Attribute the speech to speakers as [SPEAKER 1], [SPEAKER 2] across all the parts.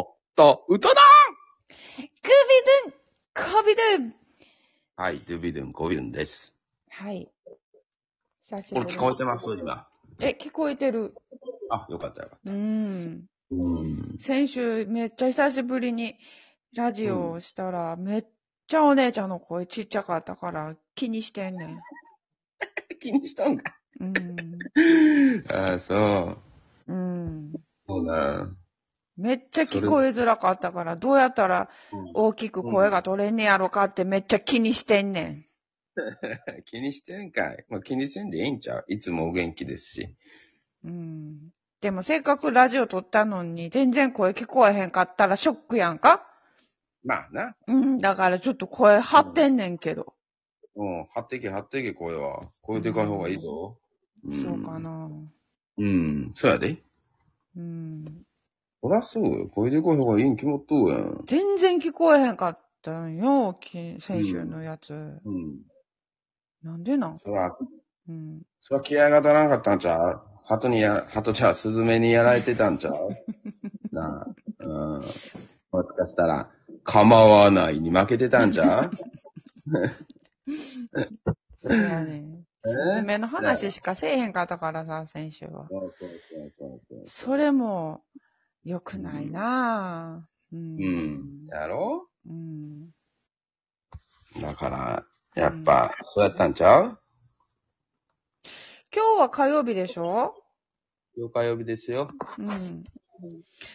[SPEAKER 1] 歌だ
[SPEAKER 2] グビドゥンコビドゥン
[SPEAKER 1] はい、ドゥビドゥン、コビドゥンです。
[SPEAKER 2] はい。久し
[SPEAKER 1] こ
[SPEAKER 2] ぶ
[SPEAKER 1] れ
[SPEAKER 2] り
[SPEAKER 1] 聞こえてます今。
[SPEAKER 2] え、聞こえてる。
[SPEAKER 1] あ、よかったよかった。
[SPEAKER 2] うん。
[SPEAKER 1] うん。
[SPEAKER 2] 先週めっちゃ久しぶりにラジオをしたら、めっちゃお姉ちゃんの声ちっちゃかったから気にしてんねん。
[SPEAKER 1] 気にしたんか。
[SPEAKER 2] うん。
[SPEAKER 1] ああ、そう。
[SPEAKER 2] うん。
[SPEAKER 1] そうな。
[SPEAKER 2] めっちゃ聞こえづらかったから、どうやったら大きく声が取れんねやろかってめっちゃ気にしてんねん。
[SPEAKER 1] 気にしてんかい。まあ、気にせんでええんちゃういつもお元気ですし。
[SPEAKER 2] うん。でもせっかくラジオ撮ったのに全然声聞こえへんかったらショックやんか
[SPEAKER 1] まあな。
[SPEAKER 2] うん、だからちょっと声張ってんねんけど。
[SPEAKER 1] うん、張ってけ、張ってけ、声は。声でかい方がいいぞ。ん
[SPEAKER 2] そうか。な
[SPEAKER 1] うん、そうやで。
[SPEAKER 2] うん。
[SPEAKER 1] そらそうよ。声でかい方がいいに決まっとうやん。
[SPEAKER 2] 全然聞こえへんかったんよ、き先週のやつ。
[SPEAKER 1] うん。
[SPEAKER 2] なんでなん
[SPEAKER 1] そら、
[SPEAKER 2] うん。
[SPEAKER 1] そら気合が足らなかったんちゃう鳩にや、鳩ちゃう、スズメにやられてたんちゃう なあ、うん。もしかしたら、構わないに負けてたんちゃう
[SPEAKER 2] そうやねん。
[SPEAKER 1] え
[SPEAKER 2] すずめの話しかせえへんかったからさ、先週は。
[SPEAKER 1] そうそうそうそうそ
[SPEAKER 2] それも、良くないなぁ。う
[SPEAKER 1] う。
[SPEAKER 2] ん
[SPEAKER 1] うん。やろ
[SPEAKER 2] うん。
[SPEAKER 1] だから、やっぱ、そうやったんちゃう
[SPEAKER 2] 今日は火曜日でしょ
[SPEAKER 1] よか曜日ですよ。
[SPEAKER 2] うん。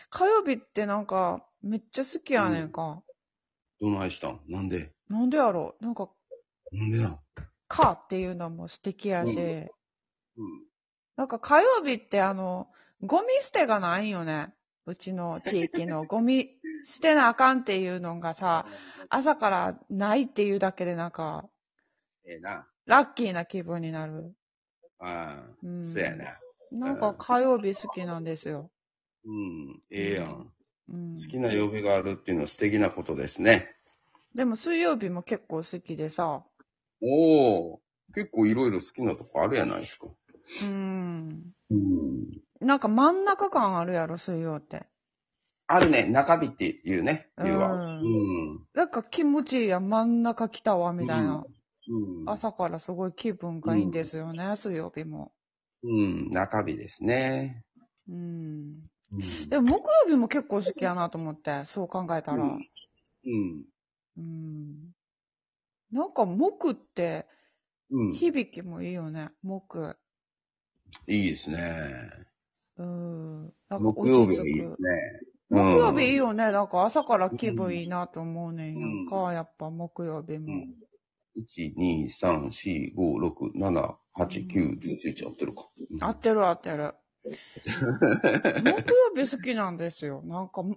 [SPEAKER 2] 火曜日ってなんか、めっちゃ好きやねんか。
[SPEAKER 1] どないしたんなんで
[SPEAKER 2] なんでやろうなんか、
[SPEAKER 1] なんでなん
[SPEAKER 2] かっていうのも素敵やし、
[SPEAKER 1] うんうん。
[SPEAKER 2] なんか火曜日ってあの、ゴミ捨てがないんよね。うちの地域のゴミ捨てなあかんっていうのがさ、朝からないっていうだけでなんか、
[SPEAKER 1] ええな。
[SPEAKER 2] ラッキーな気分になる。
[SPEAKER 1] ああ、
[SPEAKER 2] うん。
[SPEAKER 1] そうや。な。
[SPEAKER 2] なんか火曜日好きなんですよ。
[SPEAKER 1] うん、ええやん。
[SPEAKER 2] うん。
[SPEAKER 1] 好きな曜日があるっていうのは素敵なことですね。
[SPEAKER 2] でも水曜日も結構好きでさ、
[SPEAKER 1] おお、結構いろいろ好きなとこあるやないですか。
[SPEAKER 2] うん。
[SPEAKER 1] うん。
[SPEAKER 2] なんか真ん中感あるやろ、水曜って。
[SPEAKER 1] あるね、中日っていうね、いうわ。
[SPEAKER 2] うん
[SPEAKER 1] うん。
[SPEAKER 2] なんか気持ちいいやん、真ん中来たわ、みたいな。
[SPEAKER 1] うん。
[SPEAKER 2] 朝からすごい気分がいいんですよね、水曜日も。
[SPEAKER 1] うん、中日ですね。
[SPEAKER 2] うん。
[SPEAKER 1] うん。
[SPEAKER 2] でも木曜日も結構好きやなと思って、そう考えたら。
[SPEAKER 1] う
[SPEAKER 2] うん
[SPEAKER 1] ん。うん。
[SPEAKER 2] なんか木って
[SPEAKER 1] うん、い
[SPEAKER 2] 響きもいいよね、木。
[SPEAKER 1] いですね。
[SPEAKER 2] うん。なんか落
[SPEAKER 1] 木曜
[SPEAKER 2] ち
[SPEAKER 1] 日
[SPEAKER 2] 着
[SPEAKER 1] はいいですね
[SPEAKER 2] く。。
[SPEAKER 1] う
[SPEAKER 2] 木
[SPEAKER 1] ん
[SPEAKER 2] 曜日いいよね。なんか朝から気分いいなと思うねんやんか、
[SPEAKER 1] う
[SPEAKER 2] やっぱ木曜日
[SPEAKER 1] う
[SPEAKER 2] も。
[SPEAKER 1] ん。1、2、3、4、5、6、7、8、9、10、11合ってるか。うん
[SPEAKER 2] 合ってる合ってる。木曜日好きなんですよ。なんか、
[SPEAKER 1] うん。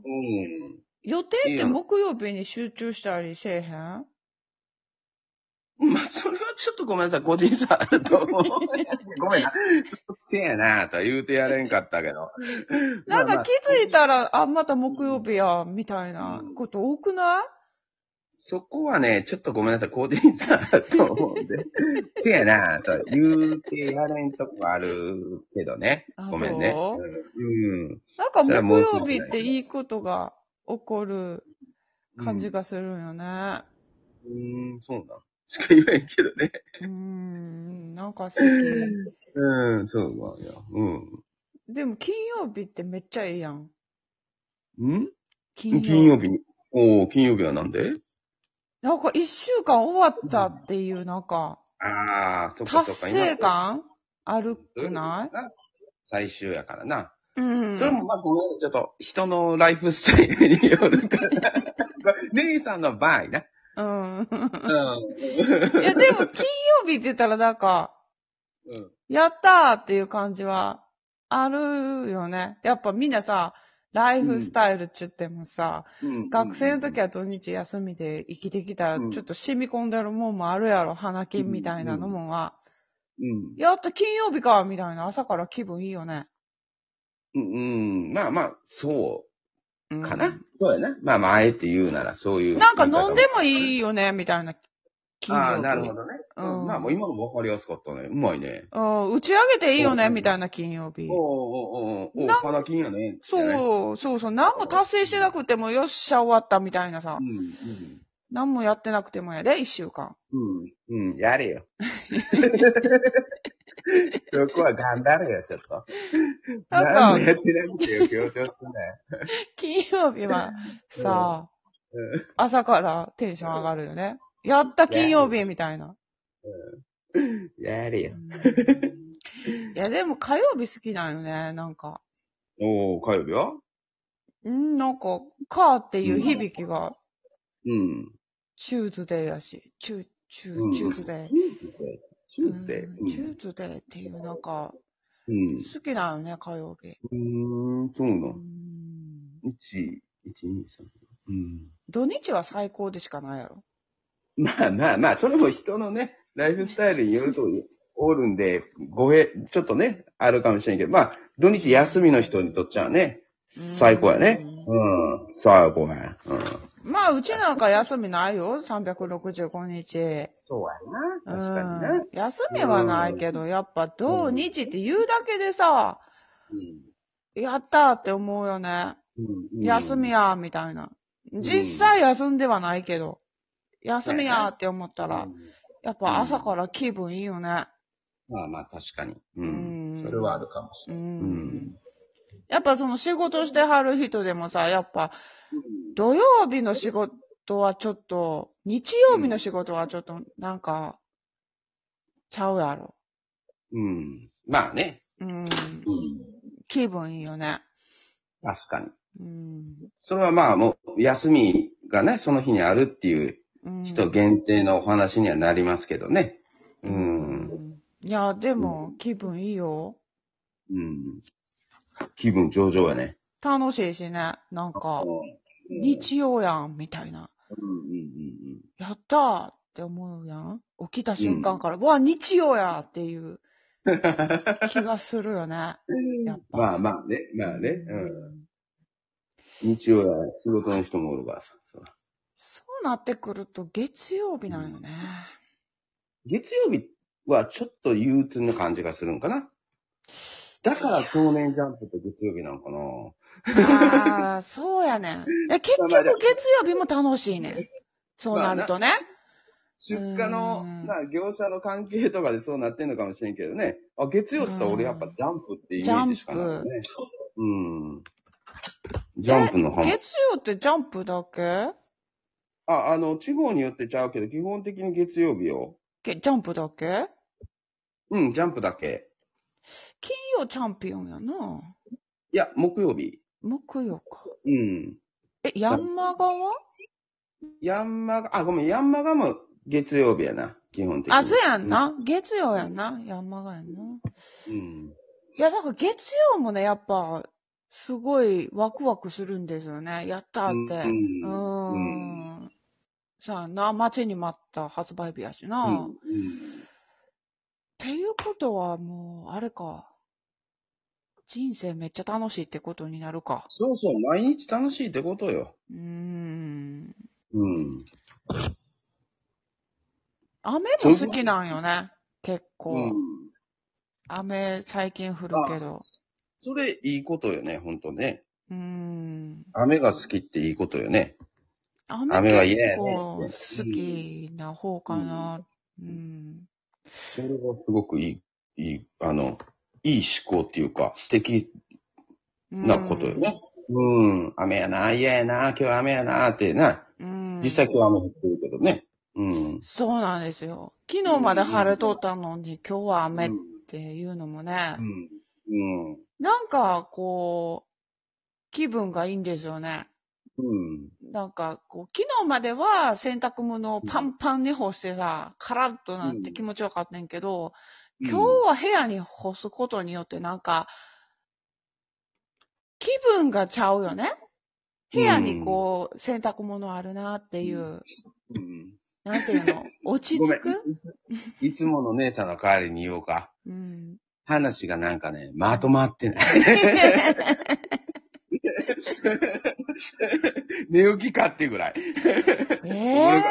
[SPEAKER 2] 予定
[SPEAKER 1] い
[SPEAKER 2] っ
[SPEAKER 1] い
[SPEAKER 2] て
[SPEAKER 1] よ
[SPEAKER 2] 木曜日に集中したりせえへん
[SPEAKER 1] まあ、それはちょっとごめんなさい。個人差あると思う。 ごめんな。そうせやなとは言うてやれんかったけど。
[SPEAKER 2] なん
[SPEAKER 1] まあま
[SPEAKER 2] か
[SPEAKER 1] あ
[SPEAKER 2] 気づいたら、あ、また木曜日や、みたいなこと多くない
[SPEAKER 1] そこはね、ちょっとごめんなさい。個人差あると思うんで。せやなとは言うてやれんとこあるけどね。
[SPEAKER 2] あ
[SPEAKER 1] ごめんね。
[SPEAKER 2] そ
[SPEAKER 1] うん。
[SPEAKER 2] なんか
[SPEAKER 1] それは
[SPEAKER 2] 木
[SPEAKER 1] もう
[SPEAKER 2] 曜日っていいことが起こる
[SPEAKER 1] うん
[SPEAKER 2] 感じがするんよね。
[SPEAKER 1] うん、そうなん。しか言えんけどね。
[SPEAKER 2] うーん、なんか好き。
[SPEAKER 1] うん、そうなんや。う
[SPEAKER 2] でも金曜日ってめっちゃいいやん。
[SPEAKER 1] ん。ん
[SPEAKER 2] 金
[SPEAKER 1] 金曜日に。おー金曜日はなんで
[SPEAKER 2] なんか一週間終わったっていう、なんか、
[SPEAKER 1] ああ、そっか
[SPEAKER 2] 達
[SPEAKER 1] そっか。
[SPEAKER 2] 成感あるくない
[SPEAKER 1] い最終やからな。
[SPEAKER 2] うん。
[SPEAKER 1] それもまあごめん、ちょっと人のライフスタイルによるから。姉さんの場合な。
[SPEAKER 2] うん。
[SPEAKER 1] う
[SPEAKER 2] いや、でも金曜日って言ったらなんか、やったーっていう感じはあるよね。やっぱみんなさ、ライフスタイルって言ってもさ、
[SPEAKER 1] ん。
[SPEAKER 2] 学生の時
[SPEAKER 1] は。
[SPEAKER 2] は土日休みで生きてきたら、
[SPEAKER 1] うん
[SPEAKER 2] ちょっと染み込んでるもんもあるやろ、花金みたいなのもは。
[SPEAKER 1] うん。
[SPEAKER 2] やっと金曜日か、みたいな朝から気分いいよね。
[SPEAKER 1] うん、うんまあまあ、そううんかな。そうやな。まあまあ、あえて言うならそういう。
[SPEAKER 2] なんか飲んでも
[SPEAKER 1] い。
[SPEAKER 2] いいよね、みたいな気金
[SPEAKER 1] あ
[SPEAKER 2] 額。
[SPEAKER 1] あ、なるほどね。
[SPEAKER 2] うん
[SPEAKER 1] まあ、もう今の分かりやすかったね。うまいね。
[SPEAKER 2] うん打ち上げていいよね、
[SPEAKER 1] うん
[SPEAKER 2] みたいな金曜日
[SPEAKER 1] お。おうおうおうおう、
[SPEAKER 2] なん
[SPEAKER 1] 花金やね。う。
[SPEAKER 2] そう、そうそう。何も達成してなくても、よっしゃ、終わった、みたいなさ
[SPEAKER 1] う。ん、
[SPEAKER 2] 何もやってなくてもやで、一週間。
[SPEAKER 1] うん、うん、うん、やれ よ。そこは頑張れよ、ちょっと。
[SPEAKER 2] なんか
[SPEAKER 1] 何もやってなくてよ、強調すんなよ。
[SPEAKER 2] 金曜日は、さ朝からテンション上がるよね。やった、金曜日、みたいな。
[SPEAKER 1] やれ
[SPEAKER 2] う
[SPEAKER 1] よ。
[SPEAKER 2] んい や、でも火曜日好きなんよね、なんか。
[SPEAKER 1] おお火曜日は
[SPEAKER 2] うん、なんか、カーっていう響きが、
[SPEAKER 1] うん。
[SPEAKER 2] チューズデーやし、チュー、チュー、
[SPEAKER 1] うん
[SPEAKER 2] チューズデー。
[SPEAKER 1] チューズデー。
[SPEAKER 2] うんチューズデーっていう、なんか、
[SPEAKER 1] うん。
[SPEAKER 2] 好きだよね、火曜日。
[SPEAKER 1] うん。うーん、そうな
[SPEAKER 2] う
[SPEAKER 1] の。
[SPEAKER 2] ん
[SPEAKER 1] 1、1、2、3。うん。
[SPEAKER 2] 土日は最高でしかないやろ。
[SPEAKER 1] まあまあまあ、それも人のね、ライフスタイルによるとおるんで、語弊、ちょっとね、あるかもしれんけど、まあ、土日休みの人にとっちゃね、最高やね。うん、最高や。うん。
[SPEAKER 2] まあ、うちなんか休みないよ、365日。
[SPEAKER 1] そうやな、確かに
[SPEAKER 2] うん休みはないけど、やっぱ土日って言うだけでさ、やったーって思うよね。
[SPEAKER 1] うん。
[SPEAKER 2] 休み
[SPEAKER 1] や。
[SPEAKER 2] やーみたいな。実際休んではないけど、休みやーって思ったら、やっぱ朝から気分いいよね。
[SPEAKER 1] まあまあ、確かに。う
[SPEAKER 2] うん
[SPEAKER 1] ん。それはあるかもし
[SPEAKER 2] う
[SPEAKER 1] うんん。
[SPEAKER 2] やっぱその仕事してはる人でもさ、やっぱ土曜日の仕事はちょっと、日曜日の仕事はちょっとなんか、ちゃうやろ。
[SPEAKER 1] れん。うん。まあね。
[SPEAKER 2] うん。
[SPEAKER 1] うん。
[SPEAKER 2] 気分いいよね。
[SPEAKER 1] 確かに。
[SPEAKER 2] うん。
[SPEAKER 1] それはまあもう、休みがね、その日にあるっていう
[SPEAKER 2] うん
[SPEAKER 1] 人限定のお話にはなりますけどね。う
[SPEAKER 2] うん
[SPEAKER 1] ん。
[SPEAKER 2] いや、でも、気分いいよ。
[SPEAKER 1] うん。気分上々やね。
[SPEAKER 2] 楽しいしね。なんか、
[SPEAKER 1] うん
[SPEAKER 2] 日曜やん、みたいな。
[SPEAKER 1] うん
[SPEAKER 2] やったーって思うやん。起きた瞬間から、うわ、日曜やっていう
[SPEAKER 1] うんうん。
[SPEAKER 2] 気がするよね。やっぱ。
[SPEAKER 1] まあまあね、 まあね。うん。日曜や仕事の人もおるからさ。そう
[SPEAKER 2] そうなってくると、月曜日なんよね。
[SPEAKER 1] 月曜日はちょっと憂鬱な感じがするんかな。だから少年ジャンプって月曜日なんかな。
[SPEAKER 2] ああ、そうやねん。え結局、月曜日も楽しいねん。そうなるとね。
[SPEAKER 1] 出荷の、
[SPEAKER 2] うん
[SPEAKER 1] まあ業者の関係とかでそうなってんのかもしれんけどね。あ、月曜ってさ、
[SPEAKER 2] うん
[SPEAKER 1] 俺やっぱジャンプってイメージしかないよね。うん。ジャンプのハマ
[SPEAKER 2] 月曜ってジャンプだけ
[SPEAKER 1] あ、あの、地方によってちゃうけど、基本的に月曜日よ。
[SPEAKER 2] けジャンプだけ
[SPEAKER 1] うん、ジャンプだけ。
[SPEAKER 2] 金曜チャンピオンやな。
[SPEAKER 1] いや、木曜日。
[SPEAKER 2] 木曜か。
[SPEAKER 1] うん。
[SPEAKER 2] え、ヤンマガは
[SPEAKER 1] ヤンマガ、あ、ごめん、ヤンマガも月曜日やな、基本的に。
[SPEAKER 2] あ、そうやんな。月曜やんな。ヤンマガやんな。
[SPEAKER 1] うん。
[SPEAKER 2] いや、だから月曜もね、やっぱ、すごいワクワクするんですよね。やったーって。う
[SPEAKER 1] う
[SPEAKER 2] んーん。さあな、待ちに待った発売日やしな。
[SPEAKER 1] うん
[SPEAKER 2] っ。ていうことはもう、あれか。人生めっちゃ楽しいってことになるか。
[SPEAKER 1] そうそう、毎日楽しいってことよ。
[SPEAKER 2] うーん。
[SPEAKER 1] うん。
[SPEAKER 2] 雨も好きなんよね。結構。
[SPEAKER 1] うん。
[SPEAKER 2] 雨、最近降るけど。
[SPEAKER 1] それ、いいことよね、ほんとね。
[SPEAKER 2] うーん。
[SPEAKER 1] 雨が好きっていいことよね。
[SPEAKER 2] 雨
[SPEAKER 1] 雨は嫌
[SPEAKER 2] 結
[SPEAKER 1] やね
[SPEAKER 2] 構好きな方かな。うん。
[SPEAKER 1] それはすごくいい、いい、あの、いい思考っていうか、素敵
[SPEAKER 2] うん
[SPEAKER 1] なことよね。。うん、雨やな、嫌やな、今日雨やな、ってな。
[SPEAKER 2] うん。
[SPEAKER 1] 実際今日雨降ってるけどね。うん。
[SPEAKER 2] そうなんですよ。昨日まで晴れとったのに、今日は雨っていうのもね
[SPEAKER 1] う。ん。うん。
[SPEAKER 2] なんか、こう、気分がいいんですよね。
[SPEAKER 1] うん。
[SPEAKER 2] なんか、こう、昨日までは洗濯物をパンパンに干してさ、カラッとなって気持ちよかったんやけど、今日は部屋に干すことによってなんか、気分がちゃうよね。部屋にこう、洗濯物あるなっていう、
[SPEAKER 1] うん、
[SPEAKER 2] なんていう の、落ち
[SPEAKER 1] ごめ
[SPEAKER 2] 着
[SPEAKER 1] ん
[SPEAKER 2] く
[SPEAKER 1] いつ もの姉さんの代わりに言おうか。
[SPEAKER 2] うん。
[SPEAKER 1] 話がなんかね、まとまってない。 寝起きかってぐらい。
[SPEAKER 2] ええ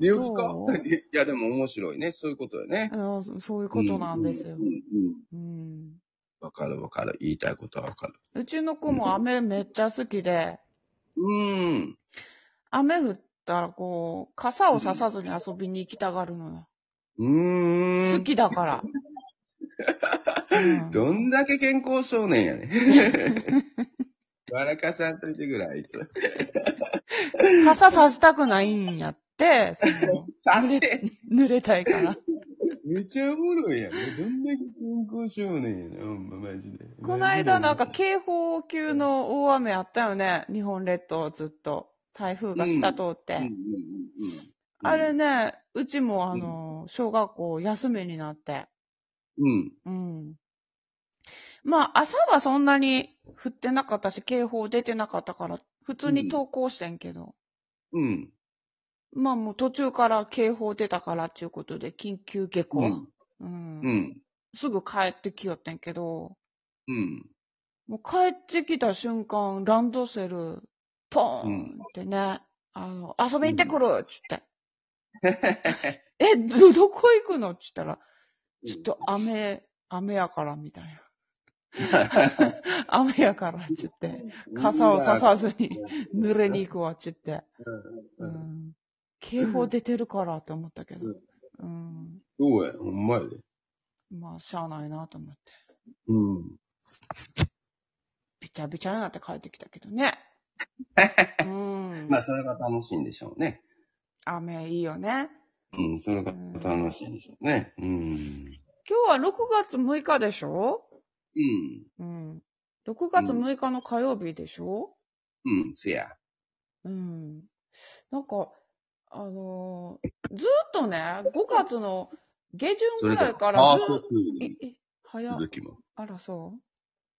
[SPEAKER 1] 寝起きか
[SPEAKER 2] そう
[SPEAKER 1] いや、でも面白いね。そういうことよね。
[SPEAKER 2] うんそそういうことなんですよ
[SPEAKER 1] うん。うんう
[SPEAKER 2] う
[SPEAKER 1] ん
[SPEAKER 2] ん。
[SPEAKER 1] わかるわかる。言いたいことはわかる。
[SPEAKER 2] うちの子も雨めっちゃ好きで、
[SPEAKER 1] うん。
[SPEAKER 2] 雨降ったらこう、傘をささずに遊びに行きたがるのよ。
[SPEAKER 1] うーん。
[SPEAKER 2] 好きだ から。うん
[SPEAKER 1] どんだけ健康少年やね。 笑かさんといてくらい、あいつ。
[SPEAKER 2] 傘さしたくないんやって、その
[SPEAKER 1] 達成
[SPEAKER 2] 濡れたいから。
[SPEAKER 1] めちゃおもろいやん。どんだけ健康少年やねん。ほんま、マジで。
[SPEAKER 2] この間なんか警報級の大雨あったよね。日本列島ずっと。台風が下通って。
[SPEAKER 1] うんうんうんうん、
[SPEAKER 2] あれね、うちもあの、小学校休みになって。
[SPEAKER 1] うん。
[SPEAKER 2] うん。まあ朝はそんなに降ってなかったし、警報出てなかったから、普通に登校してんけど。
[SPEAKER 1] うん。
[SPEAKER 2] まあもう途中から警報出たからっていうことで、緊急下校。
[SPEAKER 1] うん
[SPEAKER 2] うん
[SPEAKER 1] うん。
[SPEAKER 2] すぐ帰ってきよってんけど、
[SPEAKER 1] うん。
[SPEAKER 2] もう帰ってきた瞬間、ランドセル、ポーンってね、あの、遊びに行ってくるっつって。え、ど、 どこ行くのっつったら、ちょっと雨、雨やからみたい な。雨やからっつって、傘をささずに濡れに行くわっつって。
[SPEAKER 1] う。
[SPEAKER 2] うんん、警報出てるからって思ったけど、うん、
[SPEAKER 1] そうや、ほんまやで。
[SPEAKER 2] まあ、しゃあないなと思って。
[SPEAKER 1] うん。
[SPEAKER 2] びちゃびちゃになって帰ってきたけど ね。うん。
[SPEAKER 1] まあ、それが楽しいんでしょうね。
[SPEAKER 2] 雨いいよね。
[SPEAKER 1] うん、それが楽しいんでしょうね。うん。
[SPEAKER 2] 今日は6月6日でしょ
[SPEAKER 1] うん。
[SPEAKER 2] うん。6月6日の火曜日でしょ
[SPEAKER 1] うん、せや。
[SPEAKER 2] うん。なんか、あのーずーっとね、5月の下旬ぐらいから
[SPEAKER 1] ハー
[SPEAKER 2] ずー
[SPEAKER 1] ト
[SPEAKER 2] っ
[SPEAKER 1] フー
[SPEAKER 2] いい早っ
[SPEAKER 1] ド、続きも。
[SPEAKER 2] あら、そう